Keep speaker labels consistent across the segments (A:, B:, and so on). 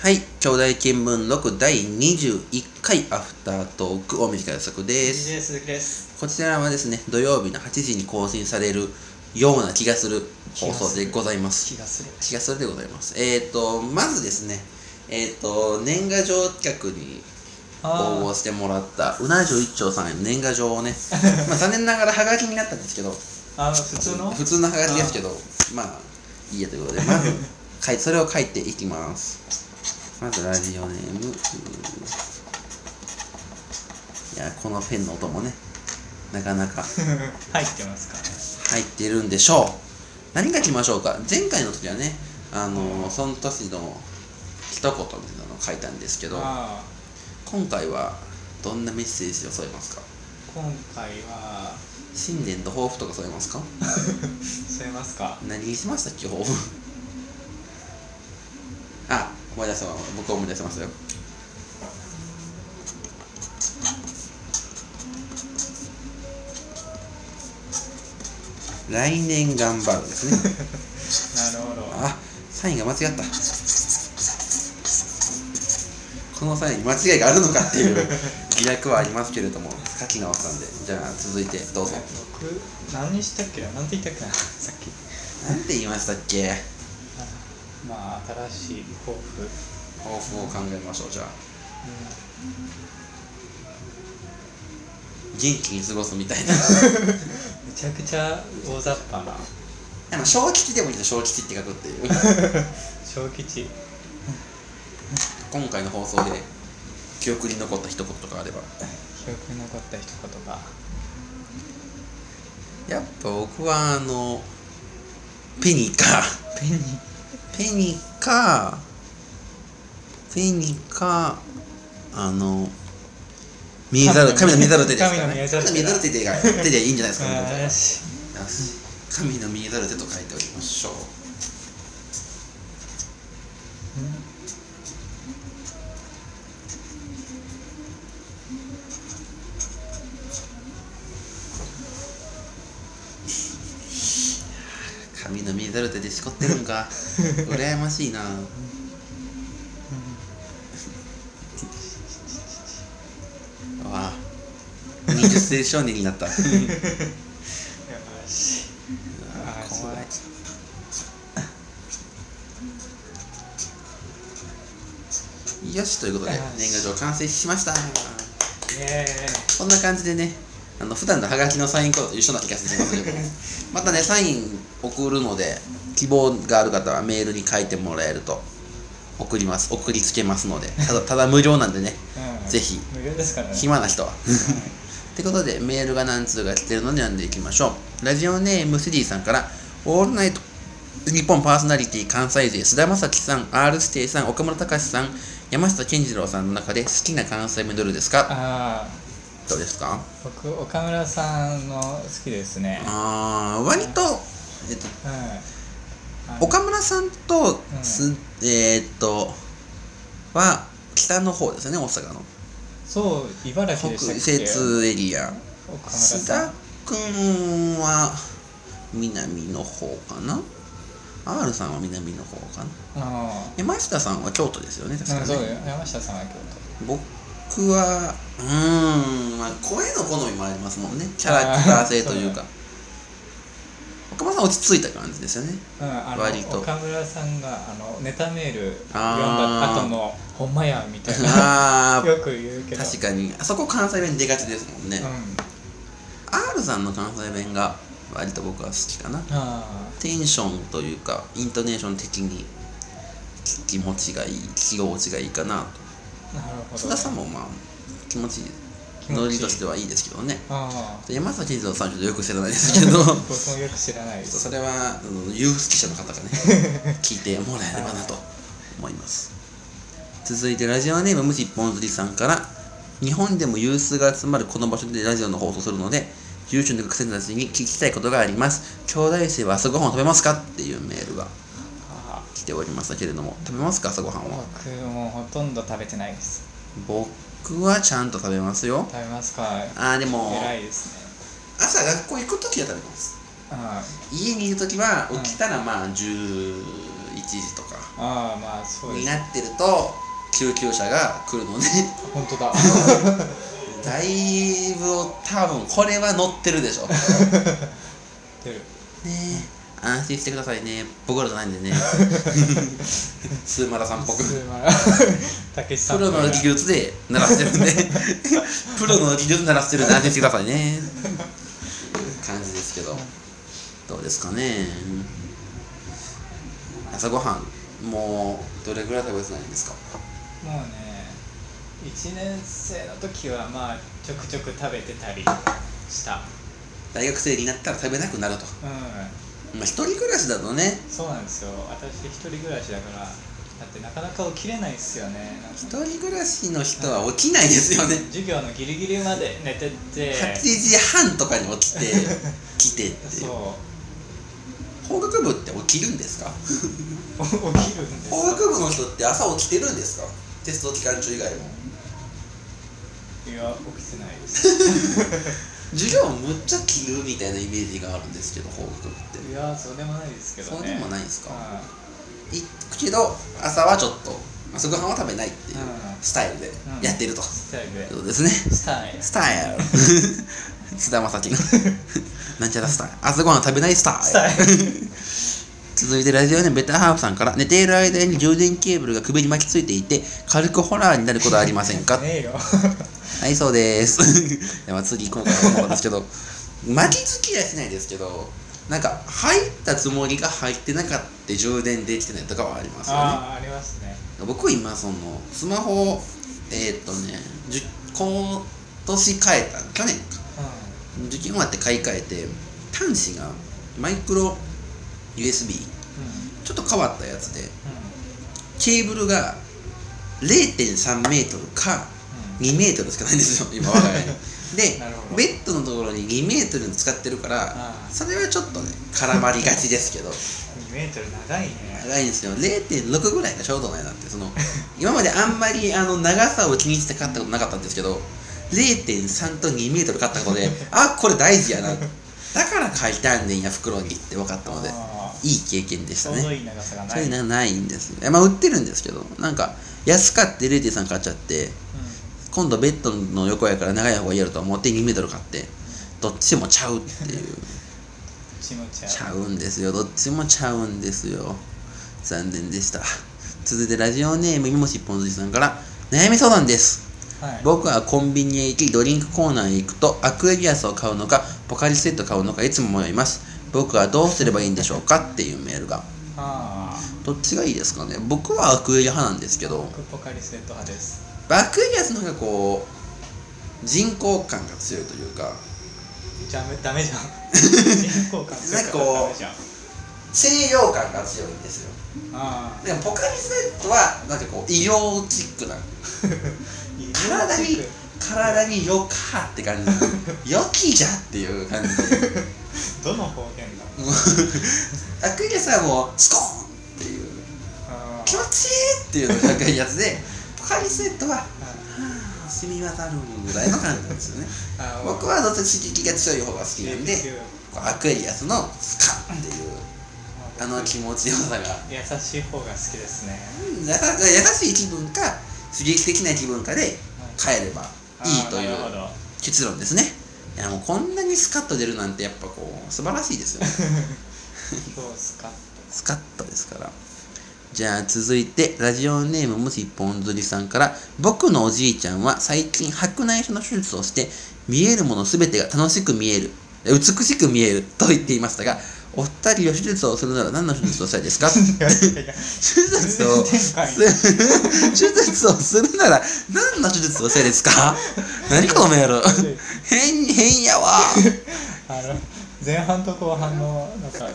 A: はい、兄弟見聞録第21回アフタートーク大短予測
B: で
A: です。
B: す鈴木です
A: こちらはですね、土曜日の8時に更新されるような気がする放送でございます。
B: 気がする
A: 気がするでございます。えっ、ー、と、まずですね、えっ、と、年賀状企画に応募
B: あ
A: してもらったうな重一丁さんへの年賀状をね、まあ残念ながらハガキになったんですけど、
B: ああの普通の
A: 普通のハガキですけどまあいいやということでまずかいそれを書いていきますまずラジオネームうーいやこのペンの音もねなかなか
B: 入ってます
A: 入ってるんでしょう何書きましょうか前回の時はねあのその年の一言みたいなのを書いたんですけ
B: か
A: ど
B: らああ
A: 今回はどんなメッセージを添えますか
B: 今回は
A: 新年と抱負とか添えますか
B: 添えますか
A: 何にしましたっけ抱負 あ思い出したわ僕思い出しましたよ来年頑張るです ね
B: なるほど
A: あサインが間違ったこのサインに間違いがあるのかって いう疑惑はありますけれども書き直したんでじゃあ続いてどうぞ
B: 僕何にしたっけななんて言ったっけなさっき
A: なんて言いましたっけ
B: あまあ新しい抱負、うん、
A: 抱負を考えましょうじゃあ元気に過ごすみたいな
B: めちゃくちゃ大雑把な
A: あの小吉でもいいの小吉って書くっていう
B: 小吉
A: 今回の放送で記憶に残った一言とかあれば
B: 記憶に残った一言が
A: やっぱ僕はあのペニか
B: ペニ
A: ペニかペニかあの見えざる神
B: 神
A: の
B: の
A: 見
B: 見
A: えざる
B: え
A: 手ですから
B: 神の見えざる手
A: 神の見えざる手でいいから手でいいんじゃ ないですかね
B: あよし
A: よし神の見えざる手と書いておきましょう
B: うん
A: 神の見えざる手でしこってるんか羨ましいなわあ20世紀少年になった
B: よしあー
A: 怖いよしということで
B: よし
A: 年賀状完成しました
B: イエーイ
A: こんな感じでねあの普段のハガキのサインコードと一緒な気がしてきますけどまたねサイン送るので希望がある方はメールに書いてもらえると送ります送りつけますのでただただ無料なんでね
B: うん
A: ぜひ
B: 無料ですからね
A: 暇な人は ってことでメールが何通か来てるので読んでいきましょうラジオネームスリーさんから「オールナイト日本パーソナリティ関西勢菅田将暉さん R 指定さん岡村隆史さん山下健二郎さんの中で好きな関西弁どれですか
B: ああ
A: どうですか
B: 僕岡村さんの好きですね
A: あー割と、えっと、
B: うんあの
A: 岡村さんと
B: うん
A: す、えーっとは北の方ですよね大阪の
B: そう茨城
A: 北
B: でしたっけ
A: 西通エリア
B: 岡村
A: 須
B: さ
A: 田
B: ん
A: 君は南の方かな R さんは南の方かな
B: あ
A: 山下さんは京都ですよね確
B: あ、うん、
A: か
B: そう
A: ね
B: よ山下さんは京
A: 僕はうーん、まあ、声の好みもありますもんねキャラクター性というか岡村さん落ち着いた感じですよね
B: 都、うん、あ
A: 割と
B: の岡村さんがあのネタメール読ん
A: あー
B: だ後の「ほんまや」みたい
A: あ
B: な よく言うけ
A: ー
B: ど
A: 確かにあそこ関西弁出がちですもんね、
B: うん、
A: R さんの関西弁が割と僕は好きかな
B: あ
A: テンションというかイントネーション的に気持ちがいい気心地がいいかな
B: あなるほ
A: と
B: ど、
A: 須田、
B: ね
A: さんもまあ気持ちいい
B: 気持ちいい
A: ノリとしてはいいですけどね
B: ああ
A: 山崎一郎さんちょっとよく知らないですけど
B: 僕もよく知らないです
A: それはうん有識者の方がね聞いてもらえればなと思います続いてラジオネームむしぽんずりさんから日本でも有数が集まるこの場所でラジオの放送するので住所の学生たちに聞きたいことがあります兄弟生は朝ごはんを食べますかっていうメールが
B: あ
A: 来ておりましたけれども食べますか朝ごはん
B: あ
A: は
B: 僕もうほとんど食べてないです
A: 僕はちゃんと食べますよ
B: 食べますか
A: あーでも
B: 偉いですね
A: 朝学校行く時は食べます
B: あ
A: 家にいる時は
B: うん
A: 起きたらまあ11時とか
B: あああまあそうで
A: に
B: す
A: なってると救急車が来るので
B: 本当 だ
A: だいぶ多分これは乗ってるでし ょね
B: 出る
A: え安心してくださいね僕らじゃないんで ね スーマラさんっぽく
B: スーマラたけしさん
A: プロの技術で鳴らしてるんでプロの技術で鳴らしてるんで安心してくださいね感じですけどどうですかね朝ごはんもうどれぐらい食べてないんですか
B: もうね1年生の時はまあちょくちょく食べてたりした
A: 大学生になったら食べなくなると
B: うん
A: まあ一人暮らしだとね
B: そうなんですよ私一人暮らしだからだってなかなか起きれないですよねなんか
A: 一人暮らしの人は起きないですよね
B: 授業のギリギリまで寝てて
A: 8時半とかに 起きて来てっていう
B: そ
A: 法学部って起きるんですか
B: う起きるんですよ
A: 法学部の人って朝起きてるんですかテスト期間中以外も
B: いや起きてないです
A: 授業むっちゃ切るみたいなイメージがあるんですけど法学部って
B: いやそうでもないですけどね
A: そうでもないですか
B: はい
A: くけど朝はちょっと朝ごはんは食べないっていう
B: うん
A: スタイルで
B: ん
A: やってると、
B: いスタイルで
A: そうですね
B: スタイル
A: スタイ ル菅田将暉の なんちゃらスタイル朝ごはんは食べないスタイル
B: スタイル
A: 続いてラジオネームベターハーフさんから寝ている間に充電ケーブルが首に巻きついていて軽くホラーになることはありませんか
B: ねえよ
A: はいそうです では次行こうかなと思うんですけど巻きつきはしないですけどなんか入ったつもりが入ってなかった充電できてないとかはありますよね
B: ああありますね
A: 僕今そのスマホをえーっとねじゅ今年変えた去年か
B: う
A: 受験終わって買い替えて端子がマイクロ USB
B: んうん
A: ちょっと変わったやつで
B: うん
A: ケーブルが0.3メートルか
B: う
A: 2メートルしかないんですよ 今我が家にで
B: なるほど
A: ベッドのところに2メートルの使ってるから
B: ああ
A: それはちょっとね絡まりがちですけど
B: ん2メートル長いね
A: 長いんですよ0.6ぐらいがちょうどないなってそ の今まであんまりあの長さを気にして買ったことなかったんですけど0.3と2メートル買ったこと であこれ大事やなだから書いたんねんや袋にって分かったので
B: あー
A: いい経験でし
B: ち
A: た
B: ょう
A: ね
B: どいい長さが
A: そ
B: な
A: うい
B: いううん
A: のないんですよいやまあ売ってるんですけどなんか安かって0.3買っちゃって今度ベッドの横やから長い方がいいやろと思って2メートル買ってどっちもちゃうっていう
B: ちもちゃ
A: ちゃうんですよどっちもちゃうんですよ残念でした続いてラジオネームみもしっぽんずじさんから悩み相談です
B: はい
A: 僕はコンビニへ行きドリンクコーナーへ行くとアクエリアスを買うのかポカリセット買うのかいつも迷います僕はどうすればいいんでしょうかっていうメールが
B: ああ
A: どっちがいいですかね僕はアクエリ派なんですけど
B: 僕ポカリスエット派です
A: アクエリアスの方がこう人工感が強いというか
B: じゃあダメじゃん人工感強いからダメじゃん
A: 西洋感が強いんですよ
B: ああ
A: でもポカリスエットはなんかこう医療チックない
B: い
A: 体に体によかって感 じよきじゃっていう感じで
B: どの方言だ
A: もうアクエリアスはもうスコーンっていう
B: あ
A: 気持ちいいっていうのがアクエリアスでポカリスエットははあ染み渡るぐらいの感じなんですよね
B: あ
A: 僕はどっち刺激が強い方が好きなんでこうアクエリアスのスカッっていうあの気持ちよさが
B: 優しい方が好きですね
A: うんやさ優しい気分か刺激的な気分かで帰ればいいとい
B: あーなるほ
A: う
B: ど
A: 結論ですねいやもうこんなにスカッと出るなんてやっぱこう素晴らしいですよね
B: そうっすか
A: スカッとですからじゃあ続いてラジオネームむしぽんずりさんから僕のおじいちゃんは最近白内障の手術をして見えるもの全てが楽しく見えるえ美しく見えると言っていましたがお二人は手術をするなら何の手術をしたいですか手
B: いやいやいや
A: 術を
B: 全然かい
A: す手術をするなら何の手術をしたいです か何このメール変変やわ
B: あの前半と後半のなんか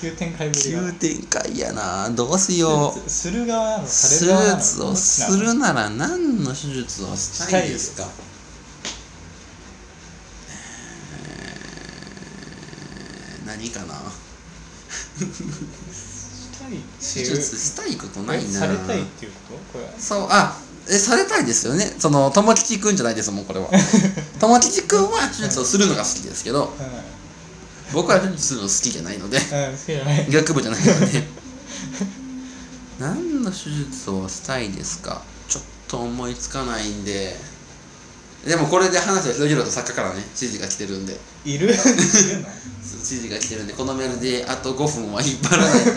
B: 急展開ぶり
A: 急
B: が
A: 展開やなどうしよう
B: する側なの
A: 手
B: される側なの
A: 術をするなら何の手術をしたいですかえー何かな
B: したいって
A: 手
B: いう
A: 術したいことない
B: え
A: な
B: されたいっていうことこれ
A: そうあえされたいですよねその友吉くんじゃないですもんこれ は友吉くんは手術をするのが好きですけど
B: う
A: 僕は手術するの好きじゃないので
B: ん、うん、好きじゃない
A: 医学部じゃないので何の手術をしたいですかちょっと思いつかないんででもこれで話を広げろと作家からね指示が来てるんで
B: いるいるの
A: 指示が来てるんでこのメールであと5分は引っ張らないと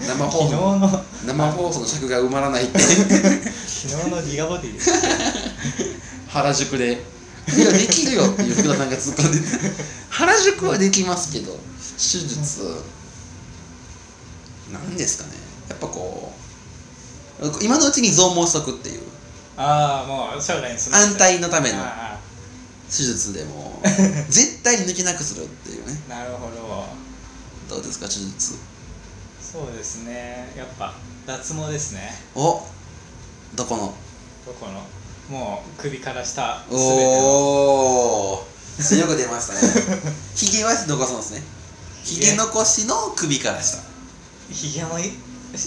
A: 生
B: 昨
A: 放
B: 日
A: 送
B: の
A: 生放送の尺が埋まらないって
B: 昨日のギガボディです
A: 原宿で「いやできるよ」っていう福田さんが突っ込んでて 原宿はできますけど手術なんですかねやっぱこう今のうちに増毛しとくっていう
B: ああもう将来に備えて
A: 安泰のための
B: あ
A: 手術で も絶対抜けなくするっていうね
B: あなるほど
A: どうですか手術
B: そうですねやっぱ脱毛ですね
A: おどこの
B: どこのもう首から下全ての
A: おお強く出ましたね ひげは残すんですねひ
B: ひげ
A: げ残しの首から下
B: ひげもい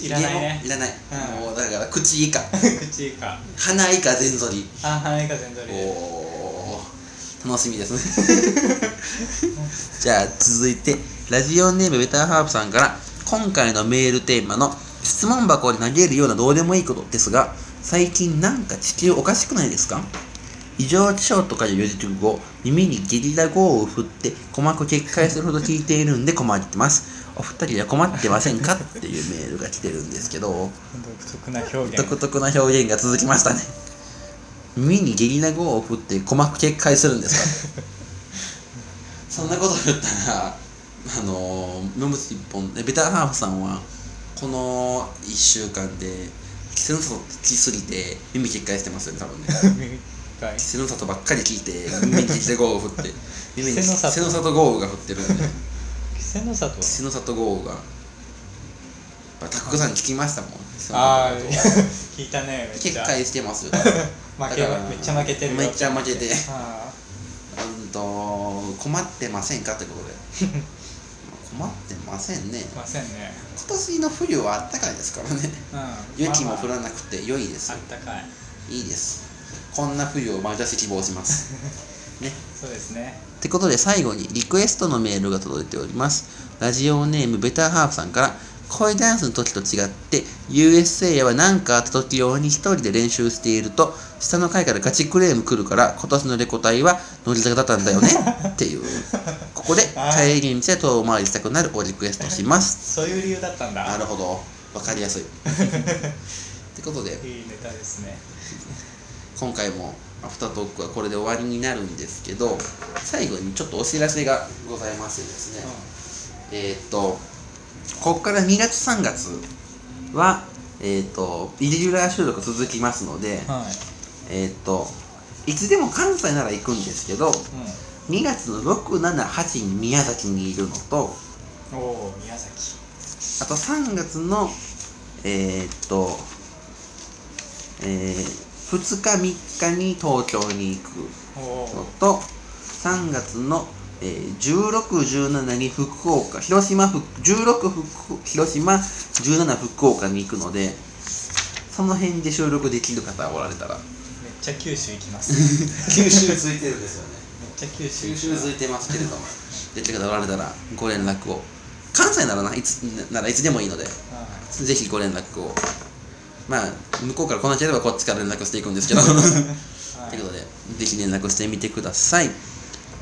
B: いらないね
A: ひげもいらない、
B: うん
A: もうだから口以 下
B: 口か
A: 鼻以下全剃り
B: あ鼻以下全取
A: お
B: りで
A: おー楽しみですね じゃあ続いてラジオネームベターハープさんから今回のメールテーマの質問箱に投げるようなどうでもいいことですが最近なんか地球おかしくないですか異常気象とかいう四字熟語耳にゲリラ豪雨を振って鼓膜決壊するほど聞いているんで困ってますお二人は困ってませんかっていうメールが来てるんですけど
B: 独特な表現
A: 独特な表現が続きましたね耳にゲリラ豪雨を振って鼓膜決壊するんですか そんなこと言ったらあのムムス一本でベターハーフさんはこの1週間で季節の外聞きすぎて耳決壊してますよね多分ね
B: 耳が
A: 季節の里ばっかり聞いて耳にゲリラ豪雨降って 耳に
B: 稀勢の
A: 稀勢の
B: 里
A: 里豪雨が降ってるんで
B: 稀勢の里
A: 稀勢の里豪雨がたくさん聞きましたもん
B: ああ
A: 稀勢の里豪
B: 聞いたねめっ
A: 雨
B: ち
A: 決
B: ゃ
A: 壊してますよ
B: 負け
A: だから
B: めっちゃ負けてるよ
A: めっちゃ負けて
B: あ
A: うんと困ってませんかってことで まあ困ってませんね
B: あませんね
A: 今年の冬はあったかいですからね
B: うん
A: 雪も降
B: まあ
A: らなくて良いです
B: まああったかい
A: いいですこんな冬を毎年希望しますね
B: そうですね
A: ってことで最後にリクエストのメールが届いておりますラジオネームベターハーフさんから恋ダンスの時と違って USA は何かあった時用に一人で練習していると下の階からガチクレーム来るから今年のレコ大は乃木坂だったんだよ ねっていうここで帰り道で遠回りしたくなるをリクエストします
B: そういう理由だったんだ
A: なるほどわかりやすい ってことで
B: いいネタですね
A: 今回もアフタートークはこれで終わりになるんですけど最後にちょっとお知らせがございましてですね、えーっと、ここから2月3月は、えーっと、イレギュラー収録続きますので、
B: はい
A: えーっと、いつでも関西なら行くんですけど、
B: う
A: 2月の6、7、8に宮崎にいるのと、
B: んおお宮崎
A: あと3月の、えーっと、えー、2日、3日に東京に行く。
B: お
A: の
B: お
A: と3月の、えー、1617に福岡広島福16福広島17福岡に行くのでその辺で収録できる方がおられたら
B: めっちゃ九州行き ますめっ
A: 九州ついてるんですよね
B: ちゃ九州
A: 収
B: 行き
A: 集
B: ま
A: づ
B: す
A: いてますけれども出てくだされたらご連絡を関西ならないつならいつでもいいので
B: は
A: ぜひご連絡をまあ向こうから来なければこっちから連絡していくんですけど
B: い
A: ということでぜひ連絡してみてください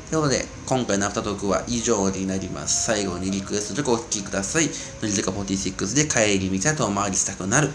A: ということで今回のアフタートークは以上になります最後にリクエスト曲をお聴きください乃木坂46で帰り道だと回りしたくなる